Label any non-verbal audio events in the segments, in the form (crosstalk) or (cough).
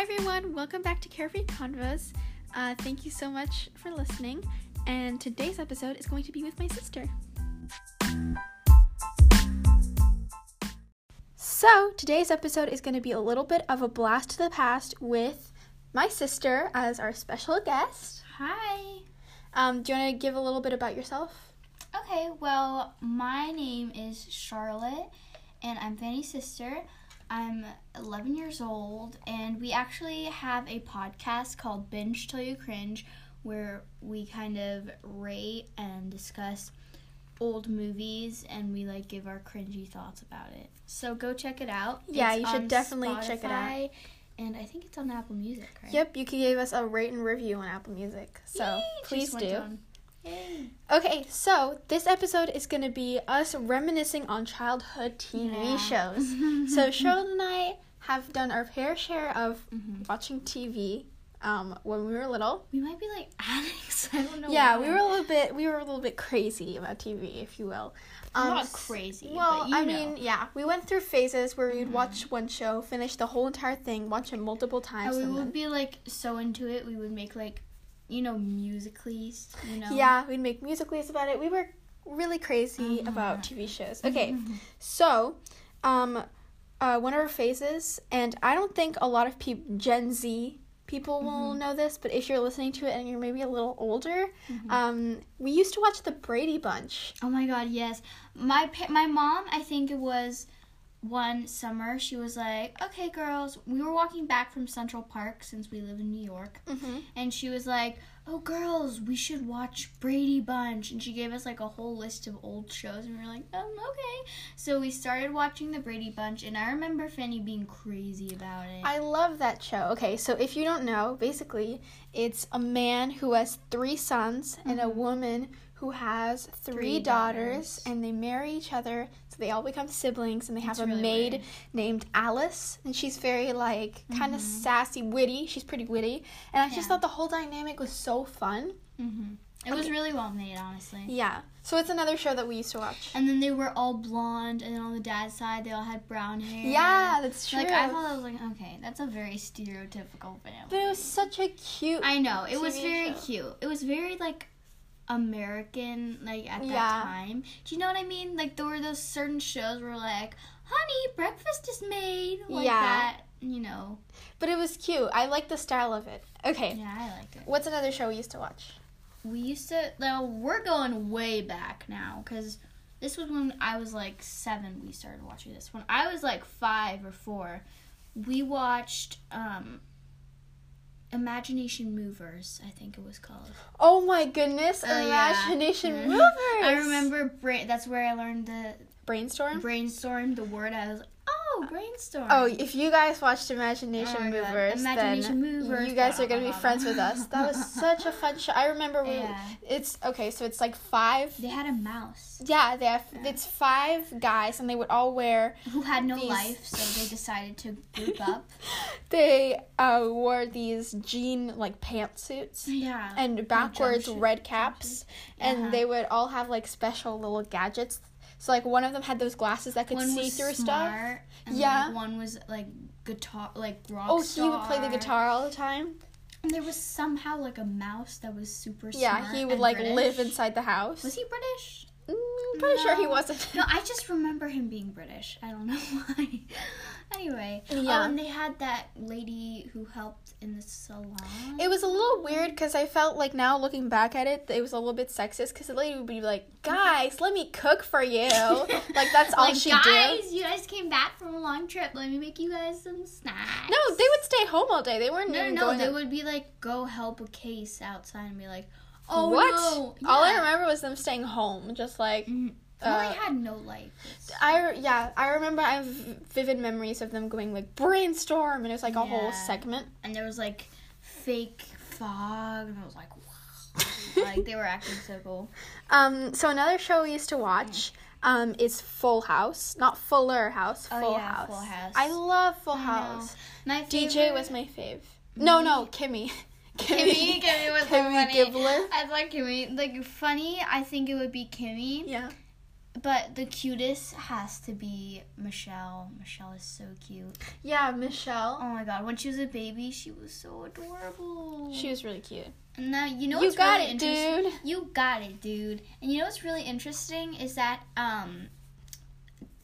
everyone, welcome back to Carefree Convos. Uh, thank you so much for listening, and today's episode is going to be with my sister. So, today's episode is going to be a little bit of a blast to the past with my sister as our special guest. Hi. Um, do you want to give a little bit about yourself? Okay, well, my name is Charlotte, and I'm Fanny's sister. I'm 11 years old, and we actually have a podcast called Binge Till You Cringe, where we kind of rate and discuss old movies, and we like give our cringy thoughts about it. So go check it out. Yeah, you should on definitely check it out. Spotify, And I think it's on Apple Music, right? Yep, you can give us a rate and review on Apple Music, so Yay, just please went do. down. Yay. Okay, so this episode is going to be us reminiscing on childhood TV Yeah. (laughs) shows. so Cheryl and I have done our fair share of Mhm. watching TV um, when we were little. We might be like (laughs) addicts. I don't know. yeah, we why. were a little bit we were a little bit crazy about TV, if you will. Um, not s- crazy, Well, but you I know. Mm-hmm. mean, yeah, we went through phases where we'd watch one show, finish the whole entire thing, watch it multiple And times. we and would then- be like so into it. We would make like, you know, musicallys. You know. Yeah, we'd make music videos about it. We were really crazy about TV shows. Okay, so, um, uh, one of our phases, and I don't think a lot of peop Gen Z people will know this, but if you're listening to it and you're maybe a little older, um, we used to watch the Brady Bunch. Oh my God! Yes, my pa- my mom. I think it was one summer. She was like, "Okay, girls, we were walking back from Central Park since we live in New York, Mm-hmm. and she was like." Oh, girls, we should watch Brady Bunch. And she gave us like a whole list of old shows, and we were like, um, okay. So we started watching the Brady Bunch, and I remember Fanny being crazy about it. I love that show. Okay, so if you don't know, basically, it's a man who has three sons and a woman who has three, Mm-hmm. Three daughters, daughters. and they marry each other, so they all become siblings, and they have It's a really maid weird. Mm-hmm. named Alice, and she's very like kind of sassy, witty. She's pretty witty, and I just Yeah. thought the whole dynamic was so fun. hmm It was really well made, honestly. Yeah, so it's another show that we used to watch. And then they were all blonde, and then on the dad's side, they all had brown hair. Yeah, that's true. Like, I thought I was like, okay, that's a very stereotypical but family. it was such a cute. I know, it was TV very show. cute. It was very, like, American, like, at Yeah. that time. Do you know what I mean? Like, there were those certain shows where, like, honey, breakfast is made. Like Yeah. that, you know. but it was cute. I like the style of it. Okay, Yeah, I liked it. what's another show we used to watch? We used to, now we're going way back now, because this was when I was like seven, we started watching this. When I was like five or four, we watched um, Imagination Movers, I think it was called. Oh my goodness, Oh, yeah. imagination Mhm. movers. I remember brain, that's where I learned the brainstorm. brainstorm, the word. I was like, oh, brainstorm. Oh, if you guys watched Imagination Oh my God. Movers, Imagination then Movers, you guys blah, are gonna blah, be blah, friends blah. with us. That (laughs) was such a fun show. I remember we. Yeah. It's okay, so it's like five. They had a mouse Yeah, they have. It's five guys, and they would all wear. who had no These- life, so they decided to (laughs) group up. They uh, wore these jean like pantsuits yeah. and backwards jumpsuit- red caps, Yeah. and they would all have like special little gadgets. So like one of them had those glasses that could one see was through stuff. smart, And Yeah. Like one was like guitar, like rock. Oh, he would play the star. guitar all the time. And there was somehow like a mouse that was super Yeah, smart he would and like British. live inside the house. Was he British? Mm, pretty sure he No. wasn't. (laughs) No, I just remember him being British. I don't (laughs) know why. anyway, Yeah. oh, and they had that lady who helped in the salon. It was a little weird because I felt like now looking back at it, it was a little bit sexist because the lady would be like, "Guys, let me cook for (laughs) you." like that's all Like, she guys, did. you guys came back from a long trip. Let me make you guys some snacks. No, they would stay home all day. They weren't No, even no, no. going. They out. would be like, go help a case outside and be like, oh what? no. All I Yeah. remember was them staying home, just like. Mm. uh, Well, they had no life. I yeah I remember I have vivid memories of them going like brainstorm and it was like a whole Yeah. segment. And there was like fake fog, and I was like, wow. like they were acting so cool. Um, so another show we used to watch um, is Full House, not Fuller House. Full Oh, yeah, House. Full House. I love Full I know. House. My DJ was my fave. No, no, Kimmy. Mm-hmm. (laughs) Kimmy. Kimmy was so Kimmy (laughs) funny. Gibbler. I like Kimmy. Like funny, I think it would be Kimmy. Yeah. But the cutest has to be Michelle. Michelle is so cute. Yeah, Michelle. Oh my god, when she was a baby, she was so adorable. She was really cute. And now you know you what's got really it, interest- dude. You got it, dude. And you know what's really interesting is that um,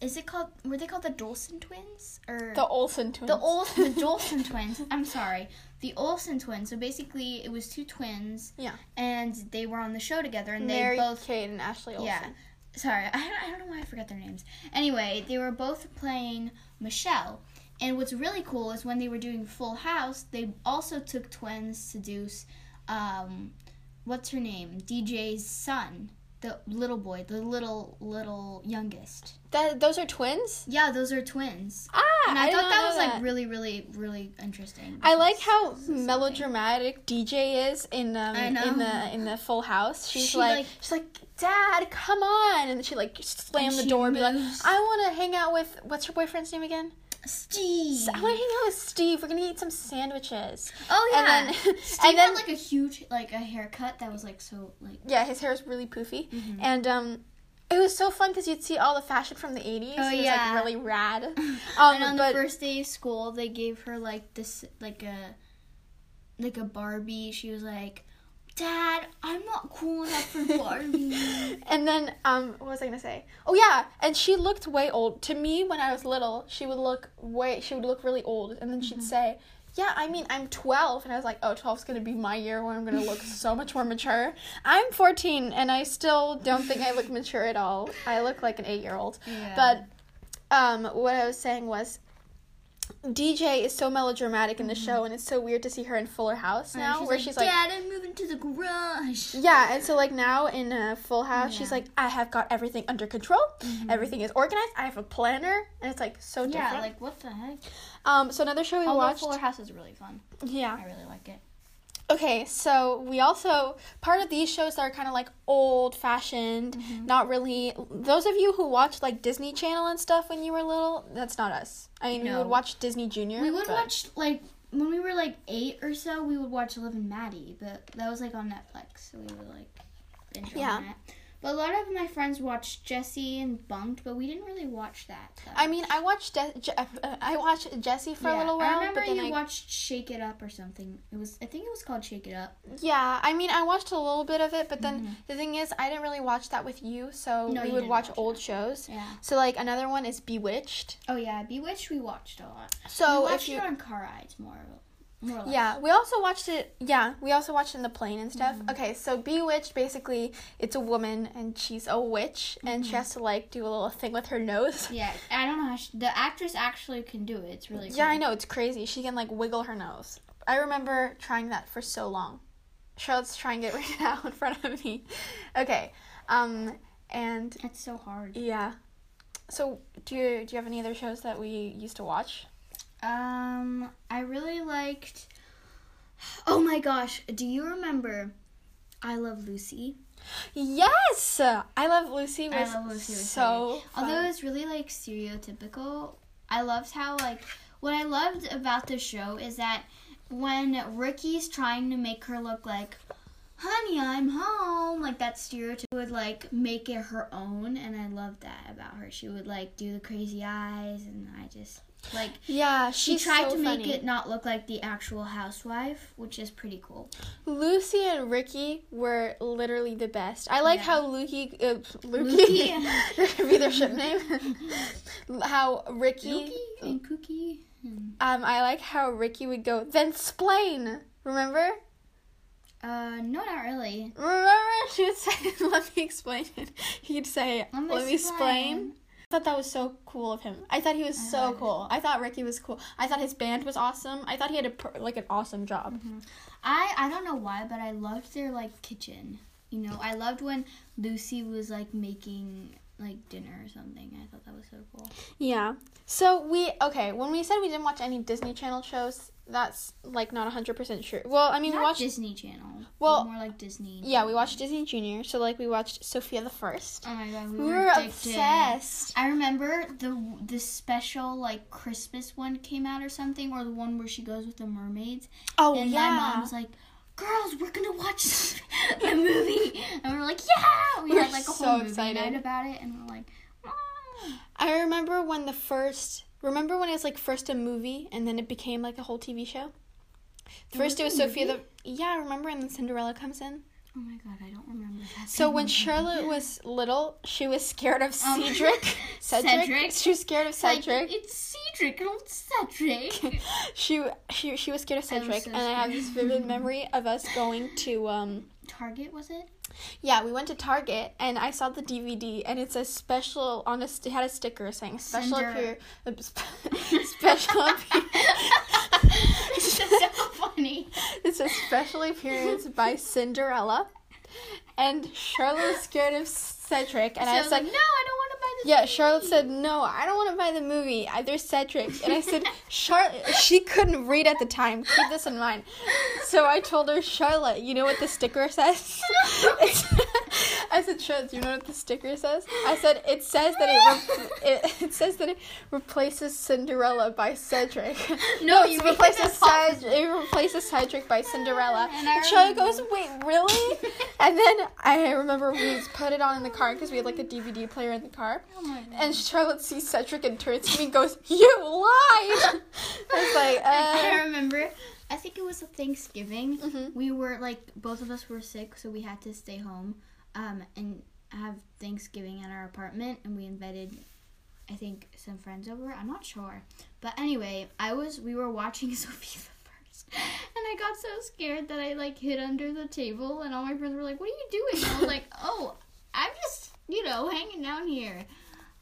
is it called? Were they called the Dolson twins or The Olsen twins. the Ol- the (laughs) Dolson twins? I'm sorry, the Olsen twins. So basically, it was two twins. Yeah. And they were on the show together, and Mary they both. Kate and Ashley Olsen. Yeah. Sorry, I don't, I don't know why I forgot their names. Anyway, they were both playing Michelle. And what's really cool is when they were doing Full House, they also took twins to do, um, what's her name? DJ's son, the little boy, the little, little youngest. That those are twins. Yeah, those are twins. Ah, And I, did thought not that know was like really, really, really interesting. I like how This is something. melodramatic DJ is in um I know. in the in the Full House. She's She, like, like- she's like, Dad, come on, and she like slam And the she door and be like, moves. I want to hang out with what's her boyfriend's name again? Steve. I want to hang out with Steve. We're gonna eat some sandwiches. Oh and (laughs) yeah. (laughs) then- Steve and then- had like a huge, like a haircut that was like so like. Yeah, his hair was really poofy, Mm-hmm. and um. It was so fun because you'd see all the fashion from the 80s. Oh, it was yeah. like really (laughs) rad. Um, and on but the first day of school, they gave her like this, like a, like a Barbie. She was like, "Dad, I'm not cool enough (laughs) for Barbie." And then, um, what was I gonna say? Oh yeah, and she looked way old. To me, when I was little, she would look way. She would look really old, and then she'd say, "Yeah, I mean, I'm 12," and I was like, "Oh, 12's gonna be my year where I'm gonna look so much more mature." I'm 14, and I still don't think I look mature at all. I look like an eight-year-old. Yeah. But, um, what I was saying was. DJ is so melodramatic in the show, and it's so weird to see her in Fuller House And now, where she's like, "Dad, I'm moving to the garage." yeah, and so like now in uh, Full House, she's Yeah. Mm-hmm. like, I have got everything under control. Everything is organized. I have a planner, and it's like so Yeah, different. like what the heck? um, so another show we Although watched. Fuller House is really fun. Yeah. I really like it. Okay, so we also part of these shows that are kind of like old fashioned, Mm-hmm. not really. Those of you who watched like Disney Channel and stuff when you were little, that's not us. I mean, we No. would watch Disney Junior. We would but- watch like when we were like eight or so. We would watch Live and Maddie, but that was like on Netflix, so we would like binge Yeah. on that. But a lot of my friends watched Jesse and Bunked, but we didn't really watch that. though. I mean, I watched De- Je- uh, I watched Jesse for a Yeah, little I while, remember but then you I watched Shake It Up or something. It was I think it was called Shake It Up. Yeah, I mean, I watched a little bit of it, but then the thing is, I didn't really watch that with you, so Mm-hmm. No, we you would didn't watch, watch old shows. Yeah. So like another one is Bewitched. Oh yeah, Bewitched we watched a lot. we So watched if you it on car rides more. of- More or less. yeah, we also watched it. Yeah, we also watched it in the plane and stuff. Mm-hmm. Okay, so Bewitched basically it's a woman and she's a witch and she has to like do a little thing with her nose. Mm-hmm. Yeah, I don't know how she, the actress actually can do it. It's (laughs) really Yeah, I cool. know it's crazy. She can like wiggle her nose. I remember trying that for so long. Charlotte's trying it (laughs) right now in front of me. Okay, um, and It's so hard. Yeah. So do you do you have any other shows that we used to watch? Um, I really liked. Oh my gosh, do you remember I Love Lucy? Yes, I Love Lucy was I Love Lucy was so. fun. Although it's really like stereotypical, I loved how like what I loved about the show is that when Ricky's trying to make her look like honey, I'm home, like that stereotype would like make it her own and I loved that about her. She would like do the crazy eyes and I just like yeah, she she's tried so to make funny. it not look like the actual housewife, which is pretty cool. Lucy and Ricky were literally the best. I like Yeah. how Lukey, uh, Lukey, (laughs) Lukey. that could be their ship name. how Ricky, Cookie and Cookie. um, I like how Ricky would go then splain. Remember? Uh, no, not really. Remember? She would say, (laughs) "Let me explain it." He'd say, "Let me, explain." I thought that was so cool of him. I thought he was so know. cool. I thought Ricky was cool. I thought his band was awesome. I thought he had a per- like an awesome job. Mm-hmm. I I don't know why, but I loved their like kitchen. You know, I loved when Lucy was like making like dinner or something. I thought that was so cool. Yeah. So we okay, when we said we didn't watch any Disney Channel shows, that's like not 100% true. Well, I mean, Not we watched Disney Channel. Well- Well, more like Disney. Yeah, we watched Disney Junior, so like we watched Sophia the First. Oh my god, we, We were, were addicted. obsessed. I remember the the special like Christmas one came out or something, or the one where she goes with the mermaids, Oh and yeah. my mom was like, girls, we're gonna watch (laughs) a movie, and we're like, yeah! We We're had like a so whole movie excited. night about it, and we're like, ah. I remember when the first remember when it was like first a movie and then it became like a whole TV show. First it was was a Sophia the yeah, remember and then Cinderella comes in. oh my god, I don't remember that. So being when a Charlotte was little, she was scared of Um, (laughs) Cedric. (laughs) Cedric. Cedric. She was scared of movie. Like, Cedric. it's Cedric, not Cedric. (laughs) she she she was scared of I was Cedric, so and I have scared. this vivid memory of us going to um Target was it? yeah we went to Target and I saw the DVD and it says special on a st- it had a sticker saying special Cinder- appear (laughs) uh, sp- special appear (laughs) it's just so funny. it says special appearance by Cinderella, and Charlotte was scared of Cedric and So I I was was like, like. no, I don't want to buy this. Yeah, movie." Charlotte said, No, I don't want to buy the movie. I- There's Cedric. And I said, Charlotte, she couldn't read at the time. Keep this in mind. So I told her, Charlotte, you know what the sticker says? I said, Charlotte, do you know what the sticker says? I said, It says that it, re- it, it says that it replaces Cinderella by Cedric. No, it you replaces replaces size. Cedric. It replaces Cedric by Cinderella. And, And I Charlotte remember. goes, Wait, really? and then I remember we put it on in the car because we had like a DVD player in the car. Oh my god. And Charlotte sees Cedric and turns to me and goes, You lied! (laughs) I was like, I uh. remember. I think it was a Thanksgiving. mhm. We were like both of us were sick, so we had to stay home um, and have Thanksgiving at our apartment. And we invited, I think, some friends over. I'm not sure, but anyway, I was we were watching (laughs) Sophie the First, and I got so scared that I like hid under the table, and all my friends were like, "What are you doing?" And I was like, (laughs) "Oh, I'm just you know hanging down here."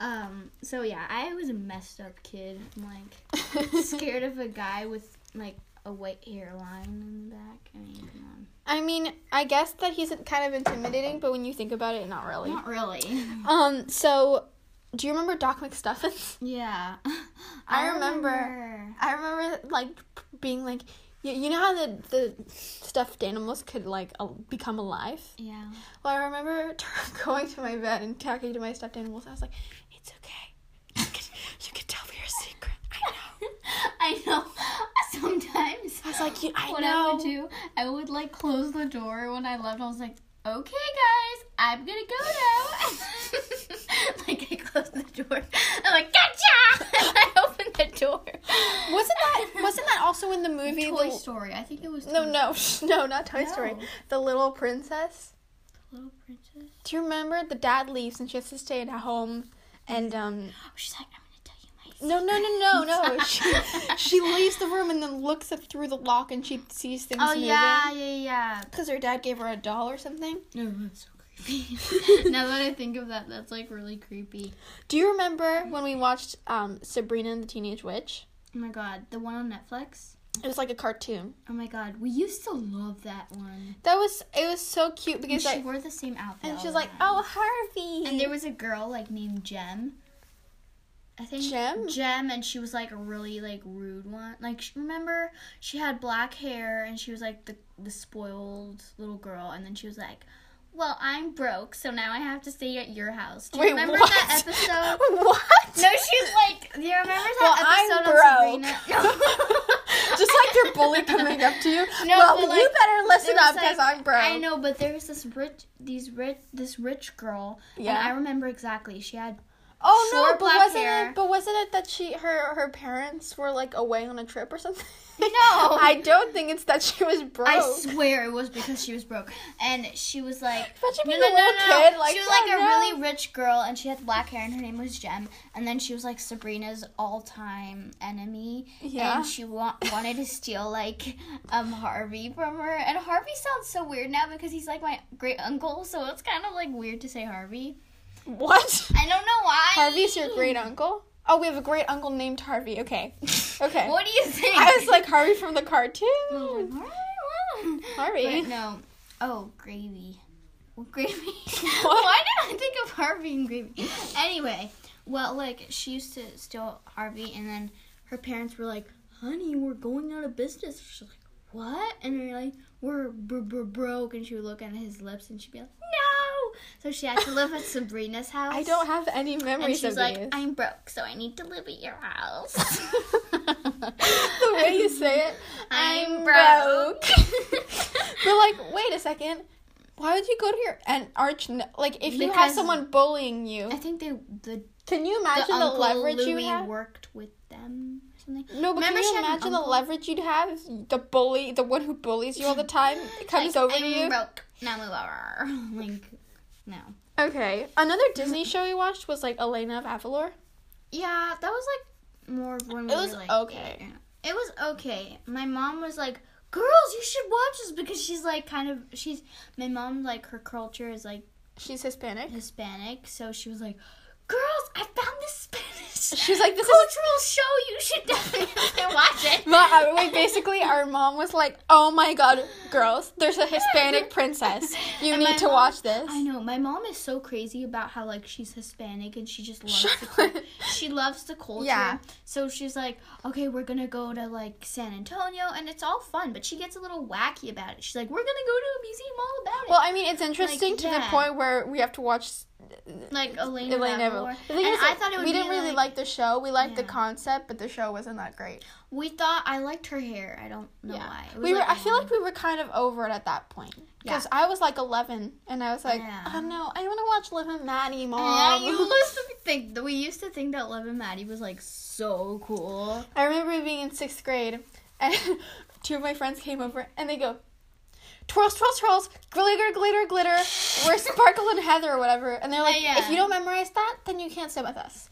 Um, so yeah, I was a messed up kid. I'm like uh, scared of a guy with like a white hairline in the back. I mean, come (laughs) I mean, I guess that he's kind of intimidating, but when you think about it, not on. really. Not really. (laughs) Um, so, do you remember Doc McStuffins? (laughs) Yeah. I remember. I remember, like, being like, you, you know how the, the stuffed animals could, like, al- become alive? Yeah. (laughs) Well, I remember (laughs) going to my bed and talking to my stuffed animals. I was like, It's okay. You can, you can tell me your secret. I know. I know. (laughs) Sometimes. I was like, you, I what I know. would do, I would like close the door when I left. I was like, okay, guys, I'm gonna go now. (laughs) like, I closed the door. I'm like, gotcha! (laughs) and I opened the door. Wasn't (laughs) that wasn't that also in the movie? Toy the- Story. I think it was No, Toy no, (laughs) no, not Toy Story. No. The Little Princess. Little Princess. Do you remember the dad leaves and she has to stay at home? And um, Oh, she's like, I'm gonna tell you my no, no, no, no, (laughs) no. She she leaves the room and then looks up through the lock and she sees things Oh moving. yeah, yeah, Because her dad gave her a doll or something. yeah. No, that's so creepy. (laughs) (laughs) now that I think of that, that's like really creepy. Do you remember when we watched um, Sabrina and the Teenage Witch? Oh my god, the one on Netflix. It was like a cartoon. Oh my god, we used to love that one. That was it was so cute And because she like, wore the same outfit. and all she was the like, time. oh Harvey. And there was a girl like named Jem. I think Jem? Jem, and she was like a really like rude one. Like sh- remember, she had black hair, and she was like the the spoiled little girl. And then she was like, "Well, I'm broke, so now I have to stay at your house." Do (laughs) you Wait, remember what? that episode? (laughs) what? No, she's like, do you remember Well, that I'm episode (laughs) on broke. Sabrina? (laughs) Just like your bully coming up to you. (laughs) No, well, but, you like, better listen there up was, because like- I'm broke. I know, but there was this rich, these rich, this rich girl, and Yeah. I remember exactly. She had Oh Short no, but black wasn't hair. it? But wasn't it that she her her parents were like away on a trip or (laughs) something? No, (laughs) I I. don't think it's that she was broke. I swear it was because she was broke, and she was like, Imagine no, being no, a no, little no. kid like she was that, like a no. really rich girl, and she had black hair, and her name was Jem, and then she was like Sabrina's all-time enemy, Yeah. and she wa- wanted to steal like um Harvey from her, and Harvey sounds so weird now because he's like my great uncle, so it's kind of like weird to say Harvey. what? I don't know why. Harvey's your great uncle. Oh, we have a great uncle named Harvey. (laughs) Okay, okay. What do you (laughs) think? I was like Harvey from the I was cartoon. like, "Harvey, what?" Harvey. But no. Oh, gravy. Well, (laughs) gravy. (laughs) What? Why did I think of Harvey and gravy? Anyway, well, like she used to steal Harvey, and then her parents were like, "Honey, we're going out of business." She's like, what? And we were like, we're br- br- broke. And she would look at his lips and she'd be like, no. So she had (laughs) to live at Sabrina's house. I don't have any And memories she's of like, these. (laughs) I'm broke, so I need to live at your house. the way you say it, (laughs) I'm I'm broke. (laughs) but like, wait a second. Why would you go to your an arch? ne- Like, if you have Because- someone bullying (laughs) I you, think they the, can you the imagine the, uncle leverage Louis you have? worked with them or something. No, but Remember can she you had an imagine the uncle? leverage you'd have? if The bully, the one who bullies you all the (laughs) time, comes Like, over I'm to you. broke. Now move over. (laughs) like, no. Okay. Another Disney show we watched was like Elena of Avalor. Yeah, that was like more of when we It were, was like, okay. eight. It was okay. My mom was like, "Girls, you should watch this because she's like kind of she's my mom like her culture is like She's Hispanic. Hispanic, so she was like, "Girls, I found this Spanish She's like, this is cultural show. (laughs) You should definitely (laughs) watch it." Ma- uh, wait, basically, our mom was like, "Oh my God, girls, there's a (laughs) Hispanic princess. You And my need to mom- watch this." I know. My mom is so crazy about how like she's Hispanic and she just loves the Charlotte. (laughs) cul- she loves the culture. Yeah. So she's like, okay, we're gonna go to like San Antonio and it's all fun, but she gets a little wacky about it. She's like, we're gonna go to a museum all about it. Well, I mean, it's interesting to the yeah. point where we have to watch s- like Elena. Elaine Elena Evelyn. and I thought it would we be, didn't really like, like the show. We liked the Yeah. concept, but the show wasn't that great. we thought I liked her hair. I don't know Yeah. why. It was, We were. I feel long. like we were kind of over it at that point because Yeah. I was like 11, and I was like, Yeah. "Oh no, I want to watch Liv and Maddie, yeah, mom." you (laughs) used to think we used to think that Love and Maddie was like so cool. I remember being in sixth grade, and (laughs) two of my friends came over, and they go, "Twirls, twirls, twirls, glitter, glitter, glitter. We're Sparkle and Heather or whatever." And they're like, yeah. "If you don't memorize that, then you can't sit with us."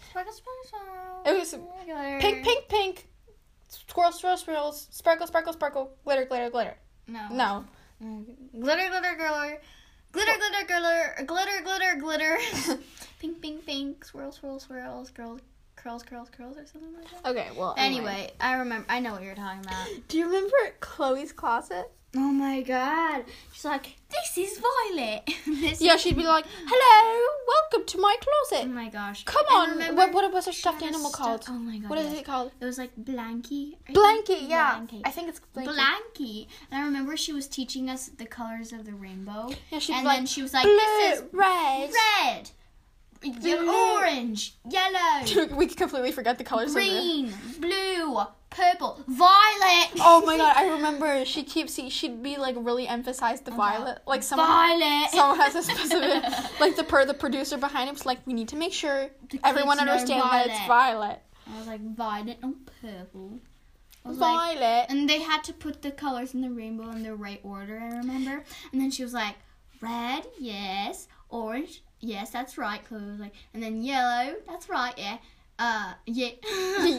It was pink, pink, pink, pink. Twirl, swirl, swirls. Sparkle, sparkle, sparkle. Glitter, glitter, glitter. No. No. Glitter, glitter, glitter. Glitter, glitter, glitter. Glitter, glitter, (laughs) glitter. pink, pink, pink. Swirl, swirl, swirls. Girl, curls, curls, curls, or something like that. Okay, well. Anyway, I remember. I know what you're talking (gasps) about. Do you remember Chloe's closet? Oh my god. She's like, this is Violet. (laughs) this Yeah, she'd be (gasps) like, hello, welcome to my Oh closet. my gosh. Come I on. remember What, what was her she stuffed had a animal stu- called? Oh my god. What is yes. it called? It was like Blanky. I think. Mm. Blanket, yeah. I Blanky. think it's blanket. Blanky. And I remember she was teaching us the colors of the rainbow. Yeah, she'd be and like, then she was like, blue, this is red. Red. Ye- Blue. Orange. (laughs) Yellow. we completely forgot the colors of the- green. Blue. Purple. Violet. Oh (laughs) my god, I remember she keeps she'd be like really emphasized the violet. Like someone Oh, Violet. someone has a specific (laughs) like the per the producer behind him's like we need to make sure The everyone kids know understands that it's violet I was like violet and purple. I was like, violet and they had to put the colors in the rainbow in the right order, I remember. And then she was like, red, yes. Orange, yes, that's right. Chloe was like, and then yellow, that's right, yeah. Uh, yeah. (laughs) (laughs)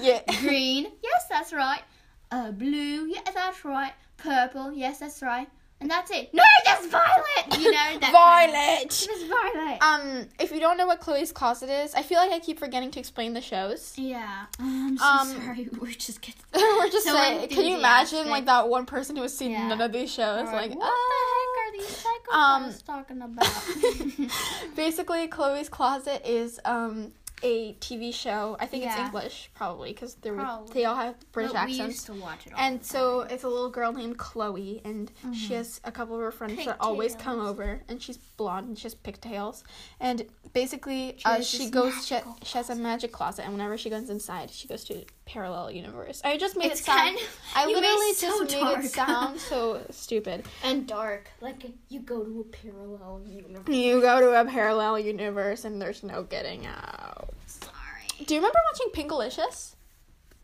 Yeah. Green, yes, that's right. Uh, blue, yeah, that's right. Purple, yes, that's right. And that's it. No, that's violet. (laughs) You know that. kind of- violet It was violet. um if you don't know what chloe's closet is i feel like i keep forgetting to explain the shows (laughs) yeah. I'm so Um, sorry. (laughs) We're just getting. we're just So saying can you imagine enthusiastic. like that one person who has seen Yeah. none of these shows Or like what "Ah." the heck are these psychopaths um, talking (laughs) about? (laughs) basically chloe's closet is um a tv show i think it's Yeah. english probably because they were Probably. they all have british But accents We used to watch it all. Mm-hmm. And so it's a little girl named Chloe, and she has a couple of her friends that always come Pigtails. over, and she's blonde and she has pigtails. And basically, uh, has she this goes, she, magical she has a magic closet, and whenever she goes inside, she goes to a parallel universe. I just made it's it sound. kind of I you made literally it so just made it dark. (laughs) sound so stupid. and dark. Like you go to a parallel universe. You go to a parallel universe, and there's no getting out. sorry. Do you remember watching Pinkalicious?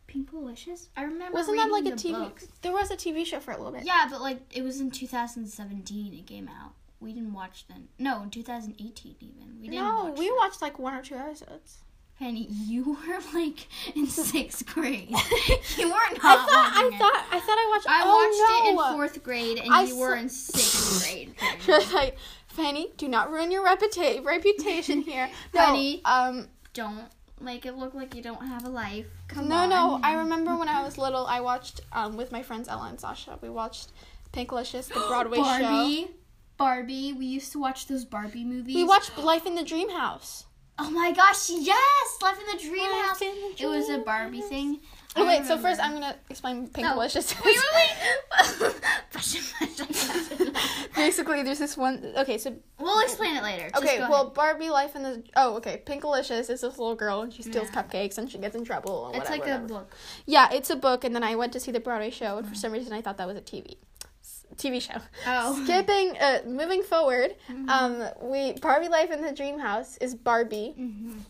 Pink Wishes. I remember. Wasn't that like a reading the TV? books. There was a TV show for a little bit. Yeah, but like it was in 2017. It came out. We didn't watch then. No, in 2018 even. We didn't. no, watch we that. watched like one or two episodes. Penny, you were like (laughs) in sixth grade. you were not. I thought I watching it. thought I thought I watched. I oh, watched no. it in fourth grade, and I you were saw- in sixth grade. (laughs) Penny. She was like, Fanny, do not ruin your reputa- (laughs) reputation here. No, Fanny. um, Don't make it look like you don't have a life. Come no, on. no. I remember when I was little, I watched um with my friends Ella and Sasha. We watched Pinkalicious, the Broadway show. (gasps) Barbie. Barbie. We used to watch those Barbie movies. We watched Life in the Dream House. Oh my gosh, yes! Life in the Dream Life House. in the it was a Dream Barbie House. thing. Oh, wait, so first I'm gonna explain Pink No. Delicious. (laughs) is. Wait, wait, wait. (laughs) Basically, there's this one. Okay, so we'll explain it later. Just okay, go well, Barbie life in the oh, okay, Pinkalicious is this little girl and she steals Yeah. cupcakes and she gets in trouble. And ahead. it's whatever, like a whatever. (laughs) book. Yeah, it's a book, and then I went to see the Broadway show, Mm. and for some reason I thought that was a TV, s- TV show. Oh. (laughs) Mm-hmm. Skipping, uh, moving forward, um, we Barbie Life in the Dream House is Barbie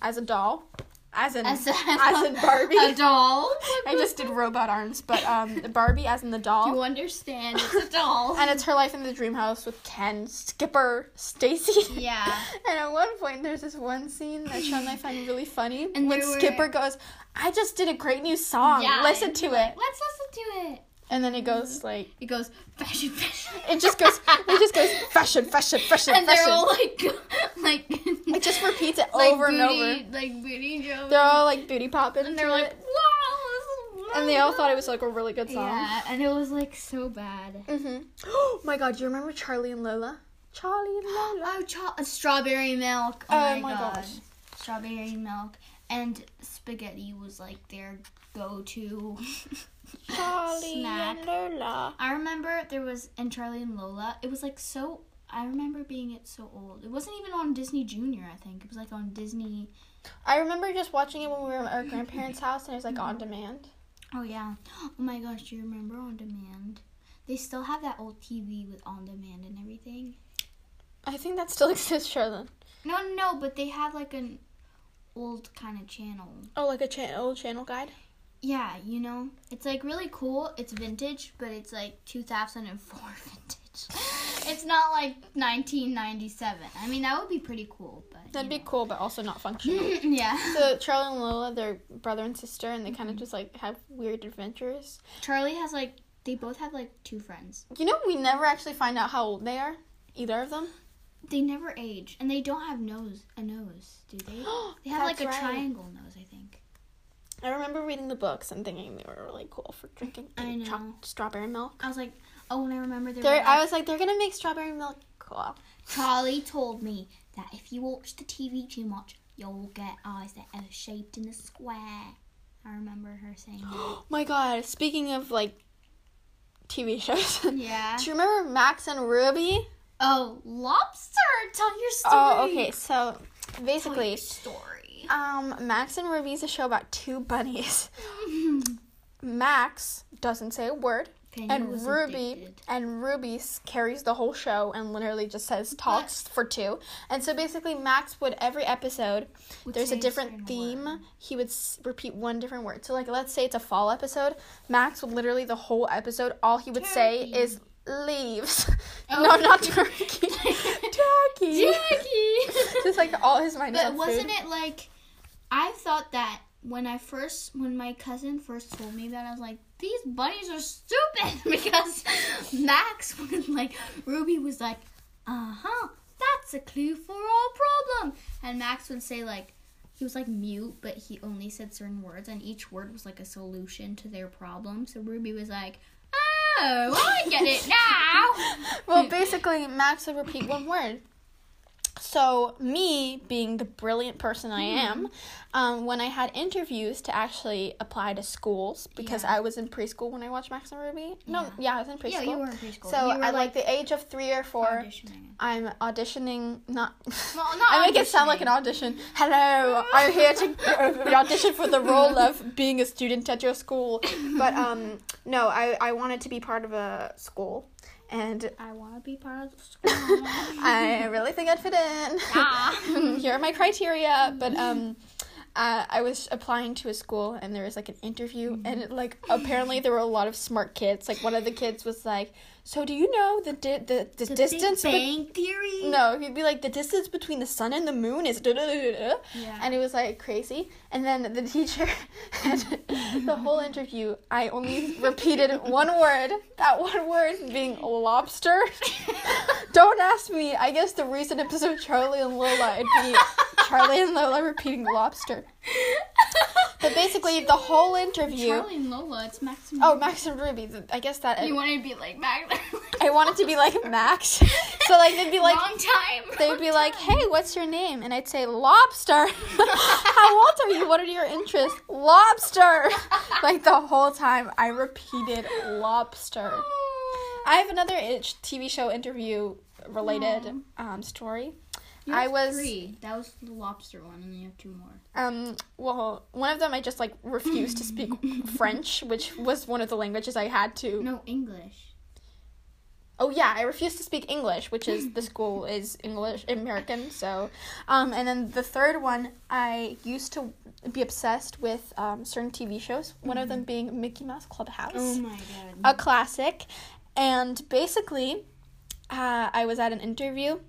as a doll, as in Mm-hmm. As as, a, (laughs) in Barbie. a doll. (laughs) I just did robot arms, but um, Barbie as in the doll, You understand? It's (laughs) a doll. and it's her life in the dream house with Ken, Skipper, Stacy. (laughs) yeah. And at one point, there's this one scene that Sean and I find really funny And when they were- Skipper goes, "I just did a great new song. Yeah, Listen and to like, it." Let's listen to it. And then it goes like. It goes fashion, fashion. It just goes. It just (laughs) goes fashion, fashion, fashion, and they're fashion. all like, like. (laughs) it just repeats it like over and over. booty- Like booty jokes. They're all like booty popping, and they're like, wow, this is. and they all thought it wild." was like a really good song. Yeah, and it was like so bad. hmm Oh (gasps) my god, do you remember Charlie and Lola? Charlie and (gasps) Lola. Oh, cho- strawberry milk. Oh, my, gosh. Strawberry milk and spaghetti was like their (laughs) go-to. Charlie Snack. and Lola. I remember there was in Charlie and Lola. It was like so. I remember being it so old. It wasn't even on Disney Junior. I think it was like on Disney. I remember just watching it when we were at our grandparents' house, and it was like on demand. Oh yeah. Oh my gosh, do you remember On Demand? They still have that old TV with On Demand and everything. I think that still (laughs) exists, Charlotte. No, no, no, but they have like an old kind of channel. Oh, like a cha- old channel guide. Yeah, you know, it's like really cool. It's vintage, but it's like 2004 (laughs) vintage. It's not like 1997. I mean, that would be pretty cool, but That'd you be cool, but also (laughs) not functional. (laughs) know. yeah. so Charlie and Lola, they're brother and sister, and they kind of Mm-hmm. just like have weird adventures. Charlie has like they both have like two friends. You know, we never actually find out how old they are, either of them. They never age, and they don't have nose a nose, do they? (gasps) They have like a That's right. triangle nose, I think. I remember reading the books and thinking they were really cool for drinking I pink choc- know. strawberry milk. I was like, oh, and I remember there. They're, I was like, they're gonna make strawberry milk cool. (laughs) Charlie told me that if you watch the TV too much, you'll get eyes that are shaped in a square. I remember her saying that. Oh my god! Speaking of like TV shows, (laughs) yeah. do you remember Max and Ruby? Oh, lobster! Tell your story. Oh, okay. So Tell your basically, story. um, Max and Ruby is a show about two (laughs) bunnies. Max doesn't say a word. Okay, I and was Ruby addicted. and Ruby s- carries the whole show and literally just says talks for two. And so basically, Max would every episode Would there's say a a different certain theme. word. He would s- repeat one different word. So like, let's say it's a fall episode. Max would literally the whole episode all he would say Turkey. is leaves. (laughs) Oh. no, not (laughs) turkey. turkey. Just like all his mind. is but on wasn't food. it like I thought that when I first when my cousin first told me that I was like these bunnies are stupid (laughs) because Max was like Ruby was like uh huh that's a clue for our problem and Max would say like he was like mute but he only said certain words and each word was like a solution to their problem so Ruby was like oh I get it now (laughs) Well, basically, Max would repeat one word. So, me being the brilliant person I Hmm. am, um, when I had interviews to actually apply to schools, because Yeah. I was in preschool when I watched Max and Ruby. No, Yeah. yeah, I was in preschool. yeah you were in preschool So, you were, at like the age of three or four, auditioning. I'm auditioning. Not. (laughs) Well, not I make it sound like an audition. auditioning. Hello, I'm here (laughs) to (laughs) uh, audition for the role of being a student at your school. But um, no, I I wanted to be part of a school, and I want to be part of the (laughs) school. I really think I'd fit in. Ah. (laughs) Here are my criteria, but um, uh, I was applying to a school and there was like an interview and it, like apparently there were a lot of smart kids. Like one of the kids was like, "So do you know the di- the, the, distance?" Big be- Bang Theory. (laughs) no, he'd be like, "The distance between the sun and the moon is (laughs) da da da da." da." Yeah. And it was like crazy. And then the teacher, (laughs) and the whole interview, I only repeated one word. That one word being lobster. Don't ask me. I guess the recent episode of Charlie and Lola, it'd be Charlie and Lola repeating lobster. But basically, the whole interview. Charlie and Lola, it's Max. and Oh, Ruby. Max and Ruby. th- I guess that. you want to be like Max? (laughs) I wanted to be like (laughs) Max. So like they'd be like wrong time. they'd be like, "Hey, what's your name?" And I'd say, "Lobster." (laughs) How old are you? What are your interests? Lobster. (laughs) like the whole time, I repeated lobster. I have another itch TV show interview related um, story. Mm-hmm. You have I was- three. That was the lobster one, and you have two more. Um, well, one of them I just like refused to (laughs) speak French, which was one of the languages I had to. No English. Oh yeah, I refuse to speak English, which is the school is English American. So, um, and then the third one, I used to be obsessed with um, certain TV shows. One of them being Mickey Mouse Clubhouse, Oh (laughs) my god. a classic. And basically, uh, I was at an interview,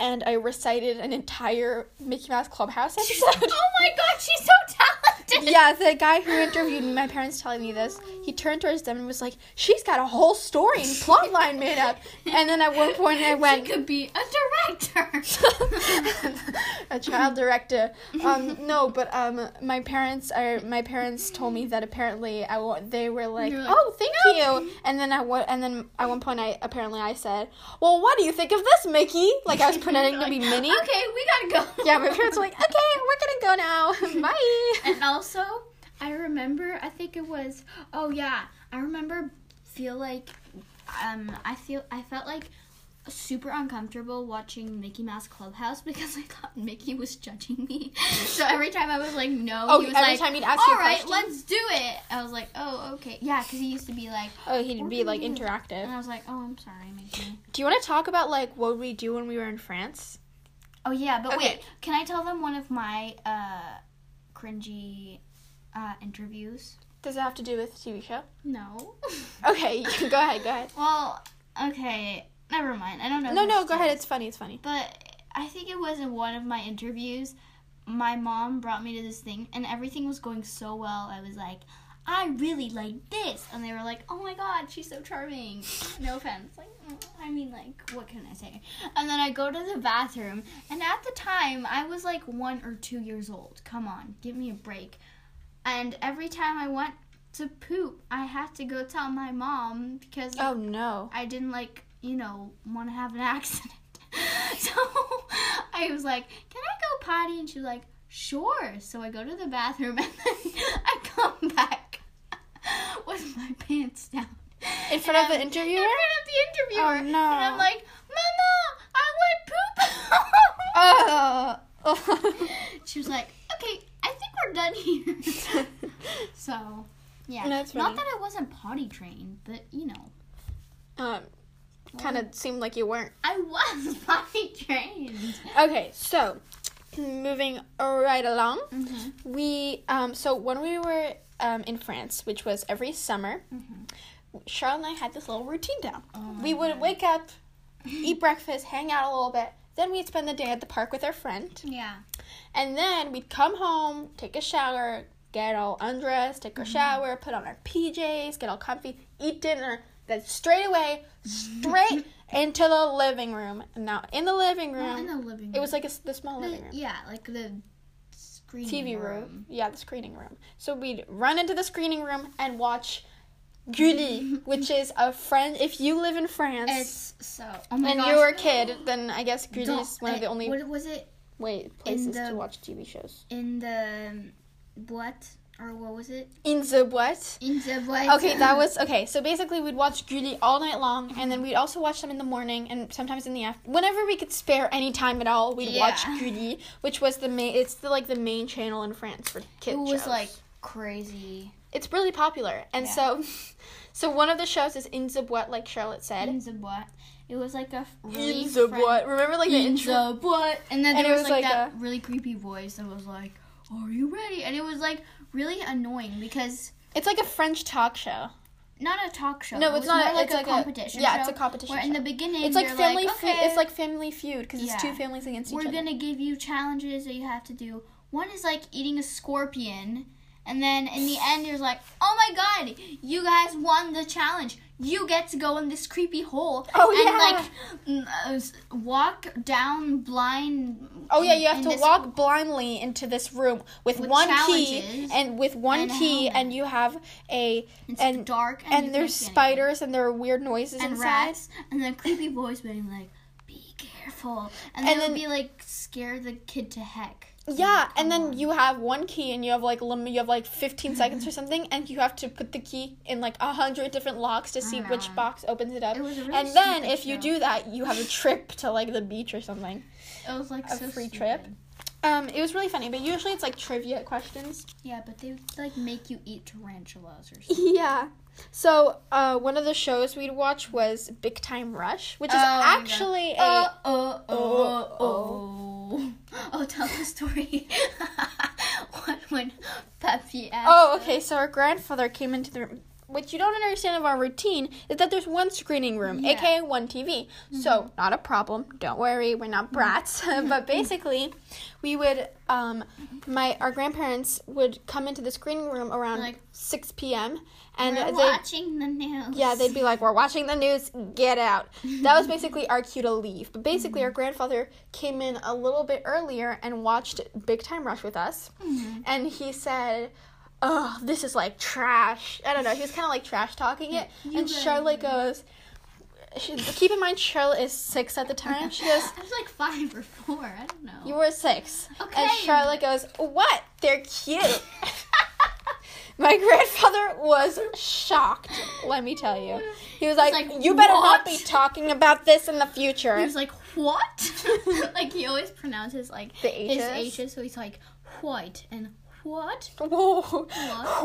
and I recited an entire Mickey Mouse Clubhouse episode. oh my god, she's so talented. yeah, the guy who interviewed me, my parents telling me this, he turned towards them and was like, "She's got a whole story and plot line made up." And then at one point, I She went, could be a director. (laughs) (laughs) "A child director." Um, no, but um, my parents are my parents told me that apparently I wa- they were like, You're like, "Oh, thank you." And then I wa- and then at one point, I apparently I said, "Well, what do you think of this, Mickey?" Like I was pretending to be Minnie. (laughs) Okay, we gotta go. Yeah, my parents were like, "Okay, we're gonna go now. (laughs) Bye." (laughs) And also, I remember. I think it was. Oh yeah, I remember. Feel like, um, I feel I felt like super uncomfortable watching Mickey Mouse Clubhouse because I thought Mickey was judging me. (laughs) so every time I was like, no, Oh, he was every like, time he'd ask you all a right, question?" let's do it. I was like, oh, okay, yeah, because he used to be like, Oh, he'd be like and interactive. I was like, oh, I'm sorry, Mickey. Do you want to talk about like what we do when we were in France? Oh yeah, but Okay. wait, can I tell them one of my uh, cringy uh, interviews? Does it have to do with the TV show? No. Okay, (laughs) you can- go ahead, go ahead. Well, okay, never mind. I don't know. No, if no, it's go ahead. true. It's funny. It's funny. But I think it was in one of my interviews. My mom brought me to this thing, and everything was going so well. I was like, I really like this, and they were like, Oh my God, she's so charming. No offense. Like, mm, I mean, like, what can I say? And then I go to the bathroom, and at the time, I was like one or two years old. Come on, give me a break. And every time I went to poop, I had to go tell my mom because Oh no. (laughs) I didn't like, you know, want to have an (laughs) accident. so I was like, "Can I go potty?" And she was like, "Sure." So I go to the bathroom (laughs) and then I come back (laughs) with my pants down In front of And the I'm- interviewer? In front of the interviewer. Oh, no. And I'm like, "Mama, I went poop." Oh. (laughs) She was like, "Okay, I think we're (laughs) done here." so. Yeah, That's not funny. that I wasn't potty trained, but you know, um, kind of seemed like you weren't. (laughs) I was potty trained. Okay, so moving right along, Mm-hmm. we um, so when we were um, in France, which was every summer, Mm-hmm. Charlotte and I had this little routine down. Oh we would wake (laughs) up, eat breakfast, hang out a little bit. Then we'd spend the day at the park with our friend. Yeah. And then we'd come home, take a shower, get all undressed, take a Mm-hmm. shower, put on our PJs, get all comfy, eat dinner, then straight away, (laughs) straight into the living room. And now in the living room, Oh, in the living Um, room. it was like a s the small The- living room. yeah, like the screen TV room. Yeah, the screening room. So we'd run into the screening room and watch (laughs) Gulli, which is a French. If you live in France It's so. Oh my and gosh. you were a kid, then I guess Gulli Don't- is one of the uh, only What was it way, places the- to watch TV shows. in the um, what or what was it In the boîte. in the what? Okay, that was okay. So basically, we'd watch Gulli all night long, and then we'd also watch them in the morning and sometimes in the after. Whenever we could spare any time at all, we'd watch Yeah. Gulli, which was the main. It's the like the main channel in France for kids. (laughs) It was like crazy. it's really popular, and Yeah. so, (laughs) so one of the shows is In the Boîte, like Charlotte said. In the what? It was like a really In the friend- Boîte. Remember like the in intro. the what? And then And there it was, was like, like that a- really creepy voice that was like, "Are you ready?" And it was like really annoying because. It's like a French talk show. Not a talk show. No, It it's was not- more like it's a like a- competition. yeah, it's show a competition Where in the show. beginning, It's like you're family. Like, Fe- okay, it's like Family Feud because Yeah. it's two families against each we're other. gonna give you challenges that you have to do. One is like eating a scorpion, and then in the end, you're like, oh my god, you guys won the challenge. you get to go in this creepy hole Oh, and yeah. like mm, uh, s- walk down blind. Oh yeah, in- you have in to this- walk blindly into this room with, With one key challenges and with one and a key, helmet. and you have a It's and- dark and, and, you can't there's see anything. spiders and there are weird noises and inside. rats and the creepy voice being like, "Be careful," And and, then it then- would be like scare the kid to heck. Yeah, Come and then on. you have one key and you have like lim- you have like (laughs) 15 seconds or something, and you have to put the key in like a hundred different locks to see which know. box opens Oh it up. It was a really and then stupid if you show. do that, you have a trip to like the beach or something. It was like a so free stupid. trip. Um, it was really funny, but usually it's like trivia questions. Yeah, but they would like make you eat tarantulas or (laughs) something. Yeah. So uh, one of the shows we'd watch was Big Time Rush, which is Oh my God. actually a Oh, oh, Oh, oh, oh. Oh, tell the story. (laughs) when, when Peppy asked. Oh, okay. So our grandfather came into the room. What you don't understand of our routine is that there's one screening room, Yeah. Mm-hmm. aka one TV. So not a problem. Don't worry, we're not brats. (laughs) (laughs) but basically, we would, um, my our grandparents would come into the screening room around Like, 6 p.m. and We're they watching the news. yeah, they'd be like, "We're watching the news. Get out." That was basically our cue to leave. But basically, our grandfather came in a little bit earlier and watched Big Time Rush with us, and he said, "Oh, this is like trash." I don't know. He was kind of like trash talking it, and guys- Charlotte goes. She, keep in mind, Charlotte is six at the time. She goes, I was like five or four. I don't know. you were six. Okay. And Charlotte goes, What? They're cute. (laughs) My grandfather was shocked, let me tell you. He was like, like, You better not "What?" be talking about this in the future. He was like, "What?" (laughs) like he always pronounces like The his H's? H's, so he's like white and what. Whoa. What?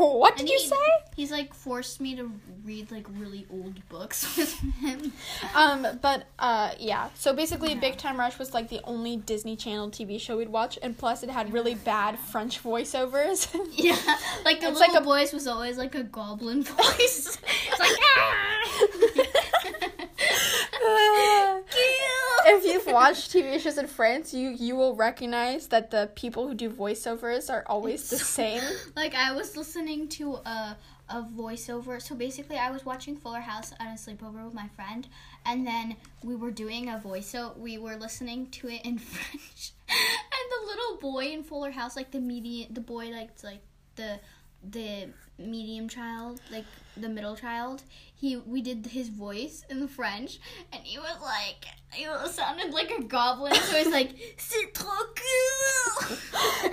(laughs) What did And you he- say? He's like forced me to read like really old books (laughs) with him. Um, but uh yeah. So basically Big Time Rush was like the only Disney Channel TV show we'd watch and plus it had really bad French (laughs) voiceovers. Yeah, (laughs) like the It's like little a- voice was always like a goblin (laughs) voice. it's like (laughs) ah. (laughs) if you've watched TV shows in France, you you will recognize that the people who do voiceovers are always the same. like I was listening to a a voiceover. So basically, I was watching Fuller House on a sleepover with my friend, and then we were doing a voiceover. We were listening to it in (laughs) French, and the little boy in Fuller House, like the medium, the boy like it's like the the medium child, like the middle child. He we did his voice in the French, and he was like. He sounded like a goblin, so he's like, "C'est trop cool."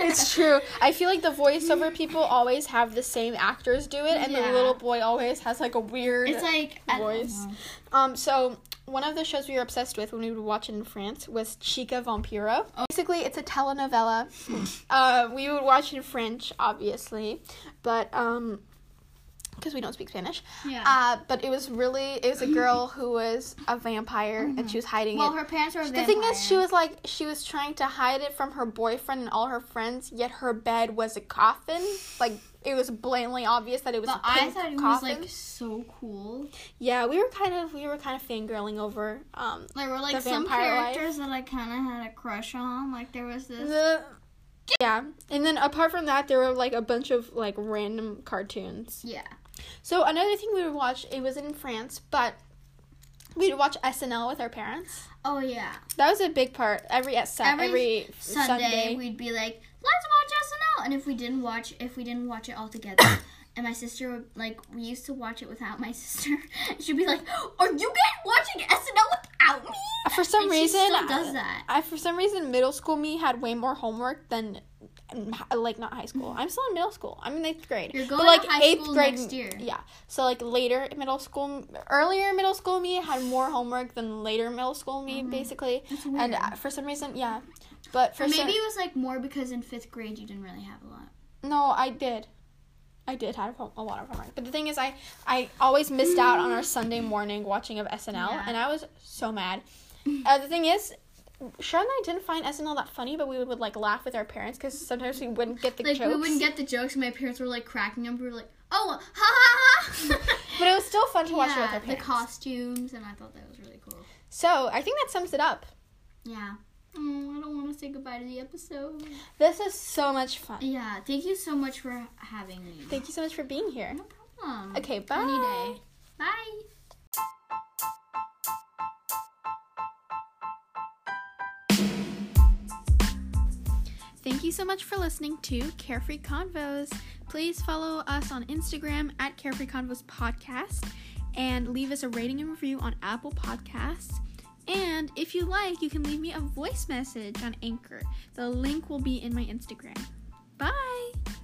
(laughs) (laughs) (laughs) It's true. I feel like the voiceover people always have the same actors do it, and Yeah. the little boy always has like a weird It's like I (laughs) don't voice. know. Um, so one of the shows we were obsessed with when we would watch it in France was Chica Vampiro. Basically, it's a (laughs) telenovela. uh, we would watch it in French, obviously, but um, because we don't speak Spanish. Yeah. Uh, but it was really it was a (laughs) girl who was a vampire and she was hiding well, it. her parents were. the thing is, she was like she was trying to hide it from her boyfriend and all her friends. Yet her bed was a coffin. Like it was blatantly obvious that it was But a I pink thought it coffin. was like so cool. yeah, we were kind of we were kind of fangirling over um There were like The some vampire life. characters that I kind of had a crush on. Like there was this. the. Yeah, and then apart from that, there were like a bunch of like random cartoons. Yeah. So another thing we would watch, it was in France, but we'd watch SNL with our parents. Oh yeah. That was a big part. Every uh, su- every, Every Sunday. Sunday, we'd be like, let's watch SNL, and if we didn't watch, if we didn't watch it all together. (coughs) And my sister would like we used to watch it without my (laughs) sister. She'd be like, "Are you guys watching SNL without me?" For some And reason, she still does that. I for some reason middle school me had way more homework than mm, hi- like not high school. I'm still in middle school. I'm in eighth grade. You're But, going to like high eighth school grade next year. Yeah. So like later middle school, earlier middle school me had more homework than later middle school me basically. Mm-hmm. That's And weird. uh, for some reason, yeah. But for Or some- maybe it was like more because in fifth grade you didn't really have a lot. No, I did. I did have home- a lot of homework. But the thing is, I, I always missed out on our Sunday morning watching of SNL, Yeah. and I was so mad. Uh, the thing is, Charlotte and I didn't find SNL that funny, but we would, like, laugh with our parents because sometimes we wouldn't get the like jokes. we wouldn't get the jokes. and My parents were like cracking them. We were like, oh, ha ha ha. (laughs) but it was still fun to watch it with Yeah, our the parents. costumes, and I thought that was really cool. so I think that sums it up. Yeah. Oh, Mm, I don't want to say goodbye to the episode. This is so much fun. Yeah, thank you so much for having me. Thank you so much for being here. No problem. Okay, bye. Any day. Bye. Thank you so much for listening to Carefree Convos. Please follow us on Instagram at Carefree Convos Podcast and leave us a rating and review on Apple Podcasts. And if you like, you can leave me a voice message on Anchor. The link will be in my Instagram. Bye!